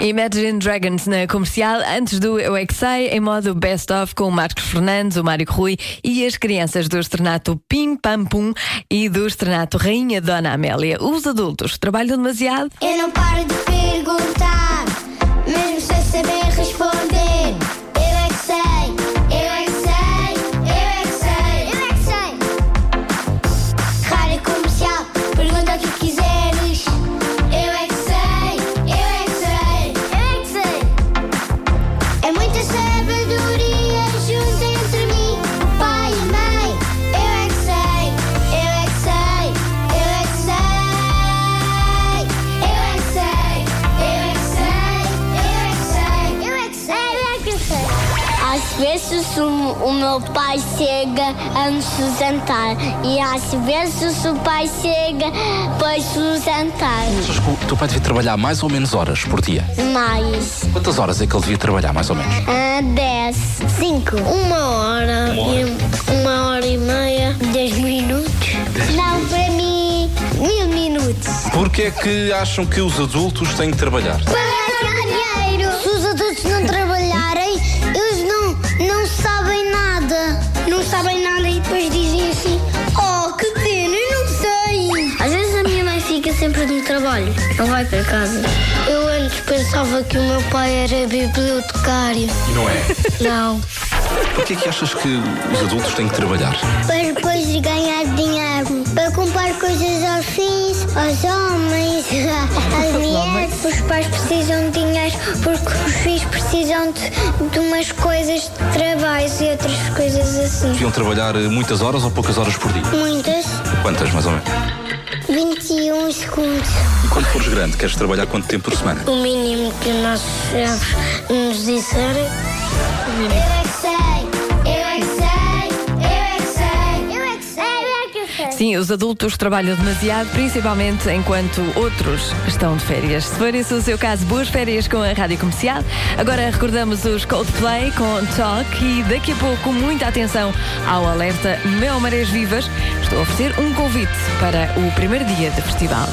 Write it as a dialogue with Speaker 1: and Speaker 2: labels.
Speaker 1: Imagine Dragons na comercial, antes do Eu é que Sei, em modo Best of com o Marcos Fernandes, o Mário Rui e as crianças do Estrenato Pim Pam Pum e do Estrenato Rainha Dona Amélia. Os adultos trabalham demasiado?
Speaker 2: Eu não paro de perguntar, mesmo sem saber responder. Eu é que sei, eu é que sei, eu é que sei, eu é que sei. Rádio comercial, pergunta o que quiseres. Eu é que sei, eu é que sei, eu é que sei. É muita sabedoria junto entre mim, o pai e a mãe. Eu é que sei, eu é que sei, eu é que sei. Eu é que sei, eu é que sei, eu é que sei. Eu é que sei, eu é que sei.
Speaker 3: Às vezes o, o meu pai chega a nos sustentar e às vezes o pai chega para sustentar.
Speaker 4: Achas que o teu pai devia trabalhar mais ou menos horas por dia?
Speaker 3: Mais
Speaker 4: Quantas horas é que ele devia trabalhar, mais ou menos?
Speaker 3: ah, 10, 5, 1 hora, E, uma hora e meia, 10 minutos. Não, para mim, mil minutos.
Speaker 4: Porquê é que acham que os adultos têm que trabalhar?
Speaker 3: Para dinheiro. Se os adultos não trabalharem, eles não, não sabem nada. Não sabem nada e depois dizem assim: Oh, que pena, eu não sei. Às vezes a minha mãe fica sempre no trabalho, não vai para casa. Eu antes pensava que o meu pai era bibliotecário.
Speaker 4: E não é.
Speaker 3: Não.
Speaker 4: Porquê é que achas que os adultos têm que trabalhar?
Speaker 3: para depois ganhar dinheiro, para comprar coisas aos filhos, aos homens, às mulheres. Os pais precisam de dinheiro porque os filhos precisam de, de umas coisas de trabalho e outras coisas assim.
Speaker 4: Deviam trabalhar eh, muitas horas ou poucas horas por dia?
Speaker 3: Muitas,
Speaker 4: Quantas, mais ou menos?
Speaker 3: 21 segundos.
Speaker 4: E quando fores grande, queres trabalhar quanto tempo por semana?
Speaker 3: O mínimo que os nossos chefes nos disserem.
Speaker 2: Eu é que sei, eu é que sei, eu é que sei, eu é que sei, eu é que sei.
Speaker 1: Sim, os adultos trabalham demasiado, principalmente enquanto outros estão de férias. Se for esse o seu caso, boas férias com a Rádio Comercial. Agora recordamos os Coldplay com Talk e daqui a pouco muita atenção ao alerta Meu Marés Vivas. Estou a oferecer um convite para o primeiro dia do festival.